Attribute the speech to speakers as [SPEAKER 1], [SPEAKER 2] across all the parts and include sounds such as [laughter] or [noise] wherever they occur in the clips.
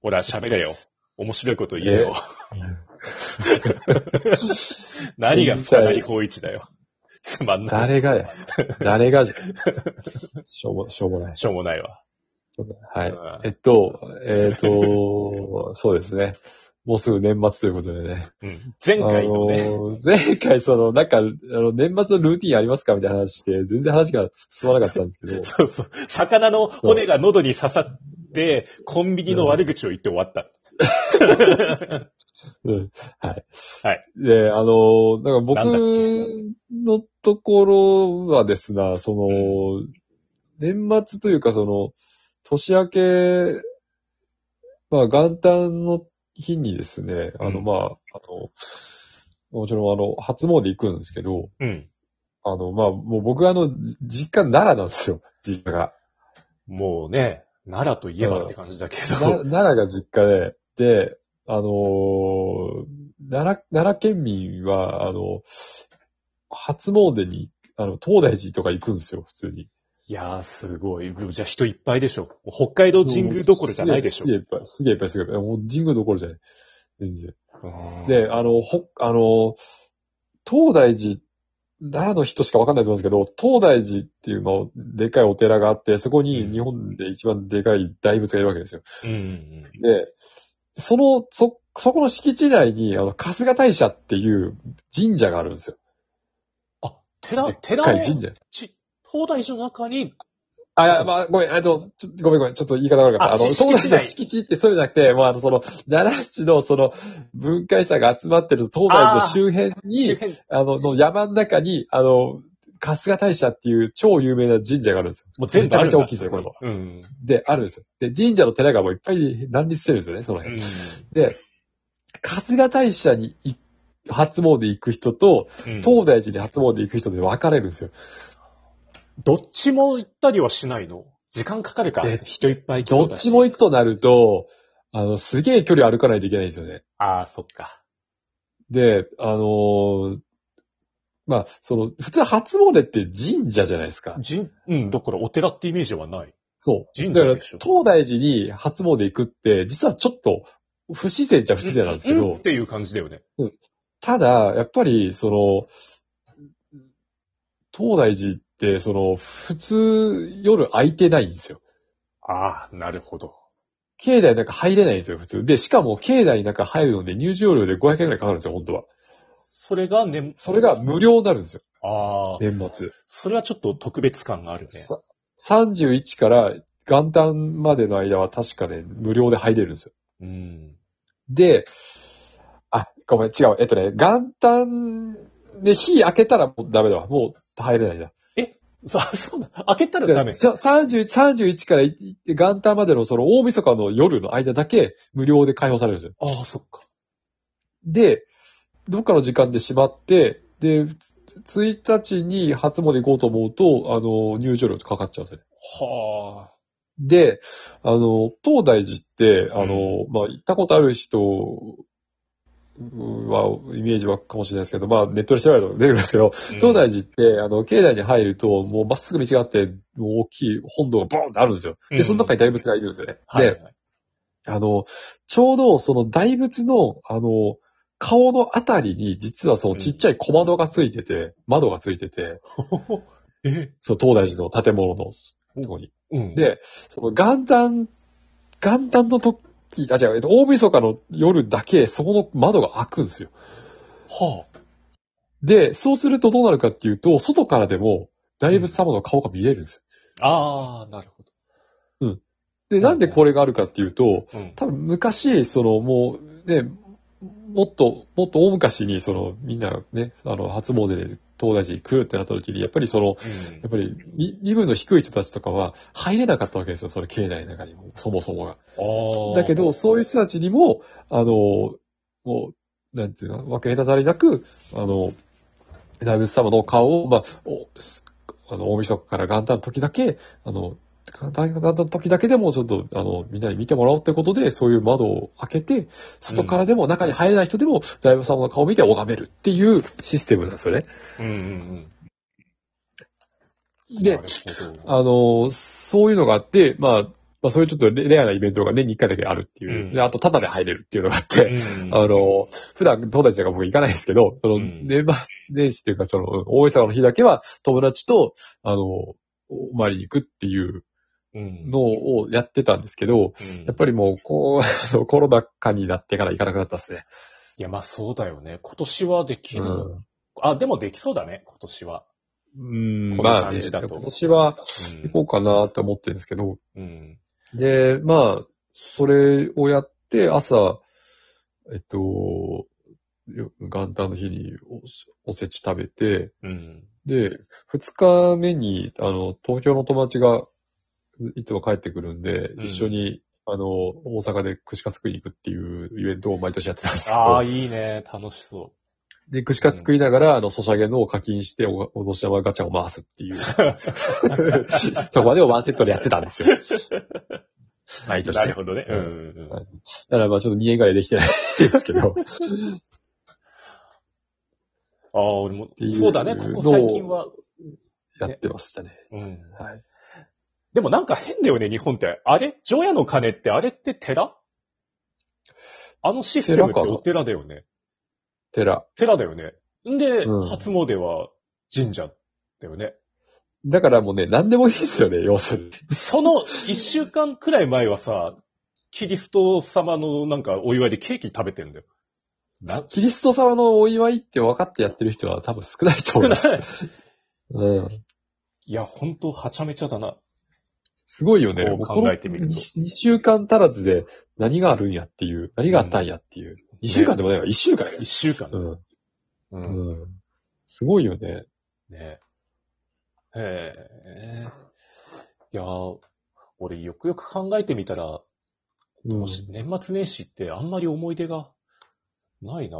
[SPEAKER 1] ほら、喋れよ。面白いこと言えよ。何が深谷光一だよ。つまんない。
[SPEAKER 2] 誰
[SPEAKER 1] [laughs]
[SPEAKER 2] がや。誰がじゃ。しょうも、しょうもない。し
[SPEAKER 1] しょうもないわ。
[SPEAKER 2] ょうもないはい。
[SPEAKER 1] は
[SPEAKER 2] えっと、えっと、そうですね。もうすぐ年末ということでね。
[SPEAKER 1] いうん、前回のね、。
[SPEAKER 2] あの前回その、なんか、あの、年末のルーティンありますかみたいな話して、全然話が進まなかったんですけど
[SPEAKER 1] そうそう、魚の骨が喉に刺さって、コンビニの悪口を言って終わった。
[SPEAKER 2] うんはい。
[SPEAKER 1] はい。
[SPEAKER 2] で、あの、なんか僕
[SPEAKER 1] なんだっ
[SPEAKER 2] のところはですな、その、年末というかその、年明け、まあ元旦の日にですね、あの、
[SPEAKER 1] うん
[SPEAKER 2] まあ、あの、もちろんあの、初詣行くんですけど、
[SPEAKER 1] うん。
[SPEAKER 2] あの、まあ、もう僕はあの、じ実家奈良なんですよ、実家が。
[SPEAKER 1] もうね、奈良といえばって感じだけ
[SPEAKER 2] な
[SPEAKER 1] ど。
[SPEAKER 2] 奈良が実家で、で、あのー奈良、奈良県民は、あの、初詣に、あの、東大寺とか行くんですよ、普通に。
[SPEAKER 1] いやー、すごい。じゃあ人いっぱいでしょ。北海道神宮どころじゃないでしょ
[SPEAKER 2] す。げえいっぱい、すげえいっぱい、すげえいっぱい。もう神宮どころじゃない。全然。
[SPEAKER 1] うん
[SPEAKER 2] で、あの、ほ、あの、東大寺、奈良の人しかわかんないと思うんですけど、東大寺っていうの、でかいお寺があって、そこに日本で一番でかい大仏がいるわけですよ。
[SPEAKER 1] うんうん
[SPEAKER 2] で、その、そ、そこの敷地内に、あの、春日大社っていう神社があるんですよ。
[SPEAKER 1] あ、寺、
[SPEAKER 2] でっ
[SPEAKER 1] 寺
[SPEAKER 2] か
[SPEAKER 1] の
[SPEAKER 2] い神社。
[SPEAKER 1] ち、東大寺の中に、
[SPEAKER 2] あ、いや、まあ、ごめん、あと、ちょごめんごめん、ちょっと言い方悪かった。
[SPEAKER 1] あ
[SPEAKER 2] あの、
[SPEAKER 1] し
[SPEAKER 2] 東
[SPEAKER 1] 敷地
[SPEAKER 2] 大寺の
[SPEAKER 1] 内
[SPEAKER 2] 敷地ってそうじゃなくて、まあ、あの、その、奈良市の、その、文化遺産が集まってる東大寺の周辺
[SPEAKER 1] 周
[SPEAKER 2] に、
[SPEAKER 1] 辺、
[SPEAKER 2] あの、の山の中に、あの、春日大社っていう超有名な神社があるんですよ。
[SPEAKER 1] もう全部あるんだ
[SPEAKER 2] めちゃめちゃ大きいですよこれは。
[SPEAKER 1] うん。
[SPEAKER 2] で、あるんですよ。で、神社の寺がもういっぱい乱立してるんですよね、その辺。
[SPEAKER 1] うん
[SPEAKER 2] で、春日大社に行初詣行く人と、
[SPEAKER 1] うん
[SPEAKER 2] 東大寺に初詣行く人で分かれるんですよ。
[SPEAKER 1] どっちも行ったりはしないの時間かかるか
[SPEAKER 2] え。
[SPEAKER 1] 人いっぱい来そ
[SPEAKER 2] ど
[SPEAKER 1] う
[SPEAKER 2] っ
[SPEAKER 1] だし
[SPEAKER 2] ちも行くとなると、あの、すげえ距離歩かないといけないんですよね。
[SPEAKER 1] ああ、そっか。
[SPEAKER 2] で、あのーまあ、その、普通初詣って神社じゃないですか。
[SPEAKER 1] じん、うん、だからお寺ってイメージはない。
[SPEAKER 2] そう。
[SPEAKER 1] 神社
[SPEAKER 2] だから、
[SPEAKER 1] でし
[SPEAKER 2] 東
[SPEAKER 1] ょ
[SPEAKER 2] 大寺に初詣行くって、実はちょっと、不自然っちゃ不自然なんですけ
[SPEAKER 1] うん
[SPEAKER 2] ど
[SPEAKER 1] っ、ていう感じだよね。
[SPEAKER 2] ただ、やっぱり、その、東大寺って、その、普通、夜空いてないんですよ。
[SPEAKER 1] ああ、なるほど。
[SPEAKER 2] 境内なんか入れないんですよ、普通。で、しかも、境内なんか入るので、入場料で500円くらいかかるんですよ、本当は。
[SPEAKER 1] それがね、
[SPEAKER 2] それが無料になるんですよ、
[SPEAKER 1] ああ、
[SPEAKER 2] 年末。
[SPEAKER 1] それはちょっと特別感があるね。
[SPEAKER 2] さ31から元旦までの間は確かね、無料で入れるんですよ。
[SPEAKER 1] うん。 [laughs]
[SPEAKER 2] で、あ、ごめん、違う。えっとね、元旦で火開けたらもうダメだわ。もう入れないな。
[SPEAKER 1] そう、そうだ。開けたらダメ。
[SPEAKER 2] さ30 31からい元旦までのその大晦日の夜の間だけ無料で開放されるんですよ。
[SPEAKER 1] ああ、そっか。
[SPEAKER 2] で、どっかの時間で閉まって、で、つ1日に初詣行こうと思うと、あの、入場料かかっちゃうんですよね。
[SPEAKER 1] はあ。
[SPEAKER 2] で、あの、東大寺って、あの、まあ、行ったことある人は、イメージはかもしれないですけど、まあ、ネットで調べると出てくるんですけど、東大寺って、あの、境内に入ると、もうまっすぐ道があって、もう大きい本堂がボーンってあるんですよ。
[SPEAKER 1] うん
[SPEAKER 2] で、その中に大仏がいるんですよね。
[SPEAKER 1] はいはい
[SPEAKER 2] で、。あの、ちょうどその大仏の、あの、顔のあたりに、実はそのちっちゃい小窓がついてて、窓がついてて、
[SPEAKER 1] え、
[SPEAKER 2] そう、東大寺の建物のとこに。
[SPEAKER 1] うん。
[SPEAKER 2] で、その元旦、元旦の時、あ、違う、えっと大晦日の夜だけ、そこの窓が開くんですよ。
[SPEAKER 1] はあ。
[SPEAKER 2] で、そうするとどうなるかっていうと、外からでも、大仏様の顔が見れるんですよ。
[SPEAKER 1] ああ、なるほ
[SPEAKER 2] で、なんでこれがあるかっていうと、
[SPEAKER 1] ど。うん。
[SPEAKER 2] 多分昔、そのもう、ね、もっと、もっと大昔に、その、みんなね、あの、初詣で東大寺に来るってなった時に、やっぱりその、
[SPEAKER 1] うん
[SPEAKER 2] やっぱり、身身分の低い人たちとかは、入れなかったわけですよ、その境内の中にも、そもそもが。
[SPEAKER 1] ああ。
[SPEAKER 2] だけど、そういう人たちにも、あの、もう、なんていうの、分け隔たりなく、あの、大仏様の顔を、まあ、おあの、大晦日から元旦の時だけ、あの、元旦の時だけでも、ちょっと、あの、みんなに見てもらおうってことで、そういう窓を開けて、外からでも中に入れない人でも、大仏様の顔を見て拝めるっていうシステムなんですよね。
[SPEAKER 1] うんうんうん。
[SPEAKER 2] で
[SPEAKER 1] な、るほど、
[SPEAKER 2] あの、そういうのがあって、まあ、まあそういうちょっとレレアなイベントが年に1回だけあるっていう。
[SPEAKER 1] うん
[SPEAKER 2] であと、タダで入れるっていうのがあって、
[SPEAKER 1] うん
[SPEAKER 2] あの、普段友達とか僕行かないですけど、その、
[SPEAKER 1] うん
[SPEAKER 2] 年末年始というか、その、大晦日の日だけは友達と、あの、お参りに行くっていう
[SPEAKER 1] うん
[SPEAKER 2] のをやってたんですけど、やっぱりもう、こう、あのコロナ禍になってから行かなくなったですね。
[SPEAKER 1] いや、まあそうだよね。今年はでき
[SPEAKER 2] う
[SPEAKER 1] る。
[SPEAKER 2] ん。
[SPEAKER 1] あ、でもできそうだね、今年は。
[SPEAKER 2] うん
[SPEAKER 1] この
[SPEAKER 2] まあ、
[SPEAKER 1] 感
[SPEAKER 2] ね、
[SPEAKER 1] じだと
[SPEAKER 2] 今年は
[SPEAKER 1] うん
[SPEAKER 2] 行こうかなって思ってるんですけど、
[SPEAKER 1] うん。
[SPEAKER 2] で、まあ、それをやって、朝、えっと、よ元旦の日におおせち食べて、
[SPEAKER 1] うん。
[SPEAKER 2] で、二日目に、あの、東京の友達が、いつも帰ってくるんで、
[SPEAKER 1] うん
[SPEAKER 2] 一緒に、あの、大阪で串カツ食いに行くっていうイベントを毎年やってたんですけ
[SPEAKER 1] ああ、
[SPEAKER 2] ど、
[SPEAKER 1] いいね。楽しそ
[SPEAKER 2] で、串カツ食いながら、あの、ソシャゲのを課金して、おお年玉ガチャを回すっていう、
[SPEAKER 1] [laughs]
[SPEAKER 2] そこまでをワンセットでやってたんですよ。毎
[SPEAKER 1] う。
[SPEAKER 2] 年
[SPEAKER 1] な
[SPEAKER 2] ね
[SPEAKER 1] る。ほどね。うんうんうん。
[SPEAKER 2] だからまあちょっと2円ぐらいできてないですけ
[SPEAKER 1] [laughs]
[SPEAKER 2] ど。
[SPEAKER 1] ああ、俺も
[SPEAKER 2] てい、う
[SPEAKER 1] そうだね、ここ最近は。
[SPEAKER 2] やってましたね。
[SPEAKER 1] うん。
[SPEAKER 2] はい。
[SPEAKER 1] でもなんか変だよね、日本って。あれ除夜の鐘って、あれって寺あのシステムって
[SPEAKER 2] 寺か
[SPEAKER 1] お寺だよね。
[SPEAKER 2] 寺。
[SPEAKER 1] 寺だよね。んで、
[SPEAKER 2] うん
[SPEAKER 1] 初詣は神社だよね。
[SPEAKER 2] だからもうね、何でもいいですよね、要するに。
[SPEAKER 1] その一週間くらい前はさ、キリスト様のなんかお祝いでケーキ食べてんだよ。な、
[SPEAKER 2] キリスト様のお祝いって分かってやってる人は多分少ないと
[SPEAKER 1] 少
[SPEAKER 2] 思い
[SPEAKER 1] な
[SPEAKER 2] ま
[SPEAKER 1] い
[SPEAKER 2] す。。うん。
[SPEAKER 1] [laughs] いや、ほんと、はちゃめちゃだな。
[SPEAKER 2] すごいよね。
[SPEAKER 1] こう
[SPEAKER 2] もう
[SPEAKER 1] 考えてみると
[SPEAKER 2] この2。2週間足らずで何があるんやっていう、何があったんやっていう。2週間でもないわ、1週間や
[SPEAKER 1] 一週間。
[SPEAKER 2] うん。
[SPEAKER 1] う。
[SPEAKER 2] うんん。すごいよね。
[SPEAKER 1] ねえ。ええ。いや、俺、よくよく考えてみたら、
[SPEAKER 2] うん
[SPEAKER 1] もし年末年始ってあんまり思い出がないな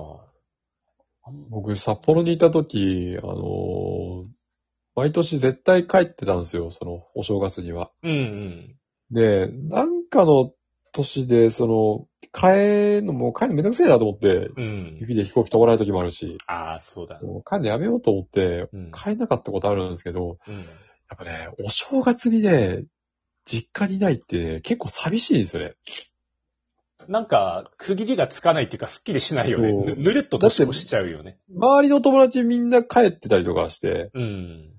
[SPEAKER 1] あん
[SPEAKER 2] 僕、札幌にいた時、あのー毎年絶対帰ってたんですよ、その、お正月には。
[SPEAKER 1] うんうん。
[SPEAKER 2] で、なんかの年で、その、帰るのもう帰るのめんどくせえなと思って、
[SPEAKER 1] うん。
[SPEAKER 2] 雪で飛行機飛ばない時もあるし、
[SPEAKER 1] ああ、そうだ。
[SPEAKER 2] もう帰るのやめようと思って、
[SPEAKER 1] うん。
[SPEAKER 2] 帰んなかったことあるんですけど、
[SPEAKER 1] うん
[SPEAKER 2] やっぱね、お正月にね、実家にいないってね、結構寂しいんですよね。
[SPEAKER 1] なんか、区切りがつかないっていうか、すっきりしないよね。
[SPEAKER 2] そう
[SPEAKER 1] ぬぬるっと年をしちゃうよね。
[SPEAKER 2] 周りの友達みんな帰ってたりとかして、
[SPEAKER 1] うん。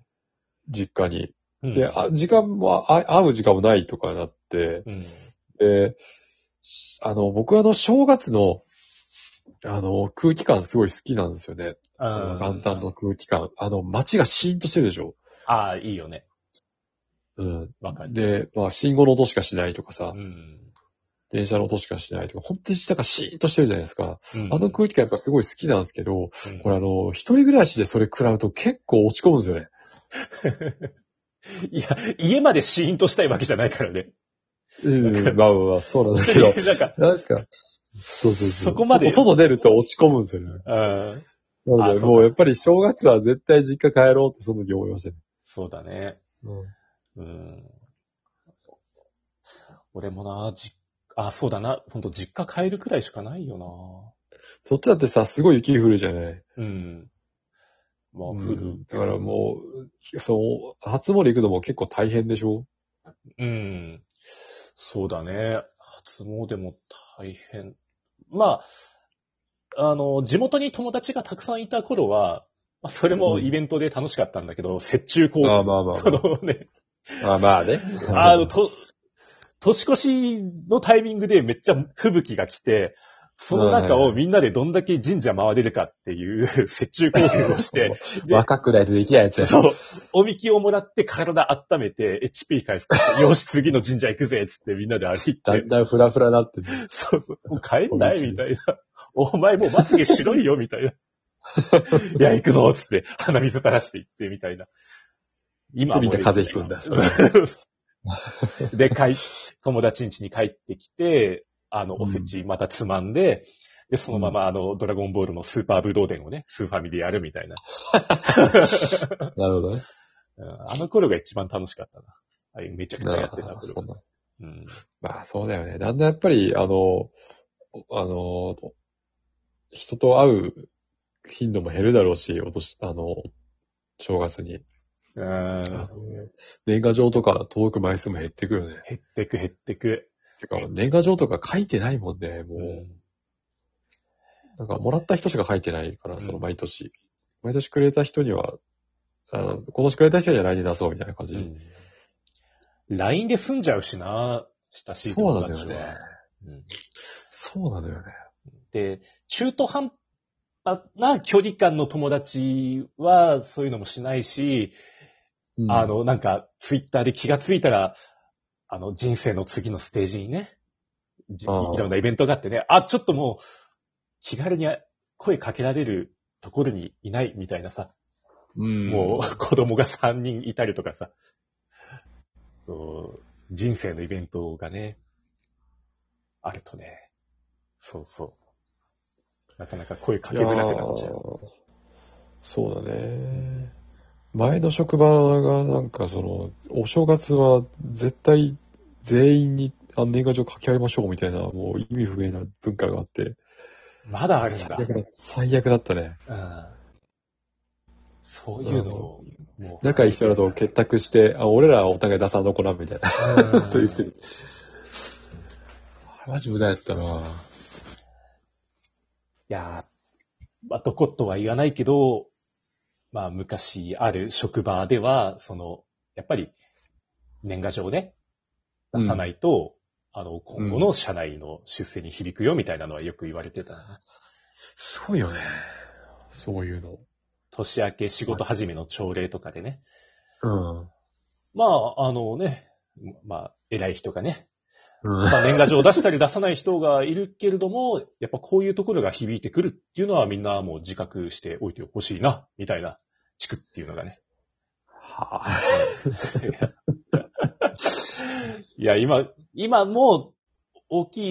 [SPEAKER 2] 実家に。
[SPEAKER 1] うん
[SPEAKER 2] で、あ時間も、あ会う時間もないとかなって、
[SPEAKER 1] うん。
[SPEAKER 2] で、しあの、僕はあの、正月の、あの、空気感すごい好きなんですよね。あの元旦の空気感。あの、街がシーンとしてるでしょ。
[SPEAKER 1] ああ、いいよね。
[SPEAKER 2] うん。
[SPEAKER 1] わかる。
[SPEAKER 2] で、まあ、信号の音しかしないとかさ
[SPEAKER 1] う、ん。
[SPEAKER 2] 電車の音しかしないとか、本当になんかシーンとしてるじゃないですか。
[SPEAKER 1] うん
[SPEAKER 2] あの空気感やっぱすごい好きなんですけど、
[SPEAKER 1] うん
[SPEAKER 2] これあの、一人暮らしでそれ食らうと結構落ち込むんですよね。
[SPEAKER 1] いや、家までシーンとしたいわけじゃないからね。
[SPEAKER 2] うん、まあまあまあ、そうなんだけど。
[SPEAKER 1] [laughs] なんか、
[SPEAKER 2] [laughs] なんか、そうそうそう。
[SPEAKER 1] そこまで
[SPEAKER 2] 外外出ると落ち込むんですよね。
[SPEAKER 1] うん。
[SPEAKER 2] なの
[SPEAKER 1] あそ
[SPEAKER 2] で、
[SPEAKER 1] うか
[SPEAKER 2] もうやっぱり正月は絶対実家帰ろうってその時思いましたね。
[SPEAKER 1] そうだね。うん。俺もな、じ、あ、そうだな。ほんと実家帰るくらいしかないよ
[SPEAKER 2] そっちだってさ、すごい雪降るじゃない。
[SPEAKER 1] な。うん。まあ、降る
[SPEAKER 2] うん。だからもう、その、初詣行くのも結構大変でしょ
[SPEAKER 1] うん。そうだね。初詣も大変。まあ、あの、地元に友達がたくさんいた頃は、まあ、それもイベントで楽しかったんだけど、雪中行動。
[SPEAKER 2] ああまあまあ
[SPEAKER 1] [laughs] そのね、
[SPEAKER 2] まあまあね。
[SPEAKER 1] あの、と、年越しのタイミングでめっちゃ吹雪が来て、その中をみんなでどんだけ神社回れるかっていう [laughs] 雪中行動をして、で
[SPEAKER 2] [laughs] 若くないとできないやつや。
[SPEAKER 1] そう、おみきをもらって体温めて、HP 回復して、よし、次の神社行くぜっつってみんなで歩い
[SPEAKER 2] だ
[SPEAKER 1] て
[SPEAKER 2] ん、だんフラフラなってる。
[SPEAKER 1] そうそう、もう帰んないみたいな。お前もうまつげ白いよみ
[SPEAKER 2] [laughs]
[SPEAKER 1] たいな。いや、行くぞっつって、鼻水垂らして行ってみたいな。今はもう
[SPEAKER 2] でみんな風邪ひくんだ
[SPEAKER 1] そう [laughs] で、帰っ友達ん家に帰ってきて、あの、
[SPEAKER 2] うん
[SPEAKER 1] おせちまたつまんで、で、そのままあの、ドラゴンボールのスーパーブドウ伝をね、スーファミでやるみたいな。
[SPEAKER 2] なるほど
[SPEAKER 1] うん
[SPEAKER 2] ね。
[SPEAKER 1] あの頃が一番楽しかったな。あれめちゃくちゃやってた
[SPEAKER 2] あ
[SPEAKER 1] 頃
[SPEAKER 2] そうなん
[SPEAKER 1] うん。
[SPEAKER 2] まあそうだよね。だんだんやっぱり、あの、あの、人と会う頻度も減るだろうし、お年、あの、正月に。
[SPEAKER 1] うん。
[SPEAKER 2] 年賀状とか届く枚数も減ってくるね。
[SPEAKER 1] 減ってく減ってく。
[SPEAKER 2] てか、年賀状とか書いてないもんね、もう。なんか、もらった人しか書いてないから、その、毎年。毎年くれた人には、あの、今年くれた人には来年出そうみたいな感じ。
[SPEAKER 1] うん。LINE で済んじゃうしな、親しい
[SPEAKER 2] そう
[SPEAKER 1] 友
[SPEAKER 2] なんだ
[SPEAKER 1] 達
[SPEAKER 2] よ
[SPEAKER 1] は。
[SPEAKER 2] ね。
[SPEAKER 1] うん
[SPEAKER 2] そうなのよね。
[SPEAKER 1] で、中途半端な距離感の友達は、そういうのもしないし、
[SPEAKER 2] うん
[SPEAKER 1] あ、の、なんか、ツイッターで気がついたら、あの、人生の次のステージにね、じい
[SPEAKER 2] あー
[SPEAKER 1] ろんなイベントがあってね、あ、ちょっともう、気軽に声かけられるところにいないみたいなさ、
[SPEAKER 2] うん、
[SPEAKER 1] もう [laughs] 子供が3人いたりとかさ、そう、人生のイベントがね、あるとね、そうそう。なかなか声かけづらくなっちゃ
[SPEAKER 2] いうや。ーそうだね。前の職場がなんかその、お正月は絶対全員にあ年賀状書き合いましょうみたいな、もう意味不明な文化があって、
[SPEAKER 1] まだあるん
[SPEAKER 2] 最
[SPEAKER 1] だ。
[SPEAKER 2] 悪だ最悪だったね。
[SPEAKER 1] うん、そういうのを、もう。
[SPEAKER 2] 仲いい人だと結託して、あ、俺らはお互い出さんの子なんみたいな
[SPEAKER 1] うん
[SPEAKER 2] [laughs] こと言ってる。あれマジ無駄やったなぁ。
[SPEAKER 1] いやー、まあ、どことは言わないけど、まあ、昔ある職場では、その、やっぱり、年賀状をね、出さないと、あの、今後の社内の出世に響くよ、みたいなのはよく言われてたな。
[SPEAKER 2] すごいよね。そういうの。
[SPEAKER 1] 年明け仕事始めの朝礼とかでね。
[SPEAKER 2] うん。
[SPEAKER 1] まあ、あのね、まあ、偉い人がね、
[SPEAKER 2] うん
[SPEAKER 1] まあ、年賀状を出したり出さない人がいるけれども、やっぱこういうところが響いてくるっていうのはみんなもう自覚しておいてほしいな、みたいな地区っていうのがね。
[SPEAKER 2] はぁ。
[SPEAKER 1] いや、今、今もう大きい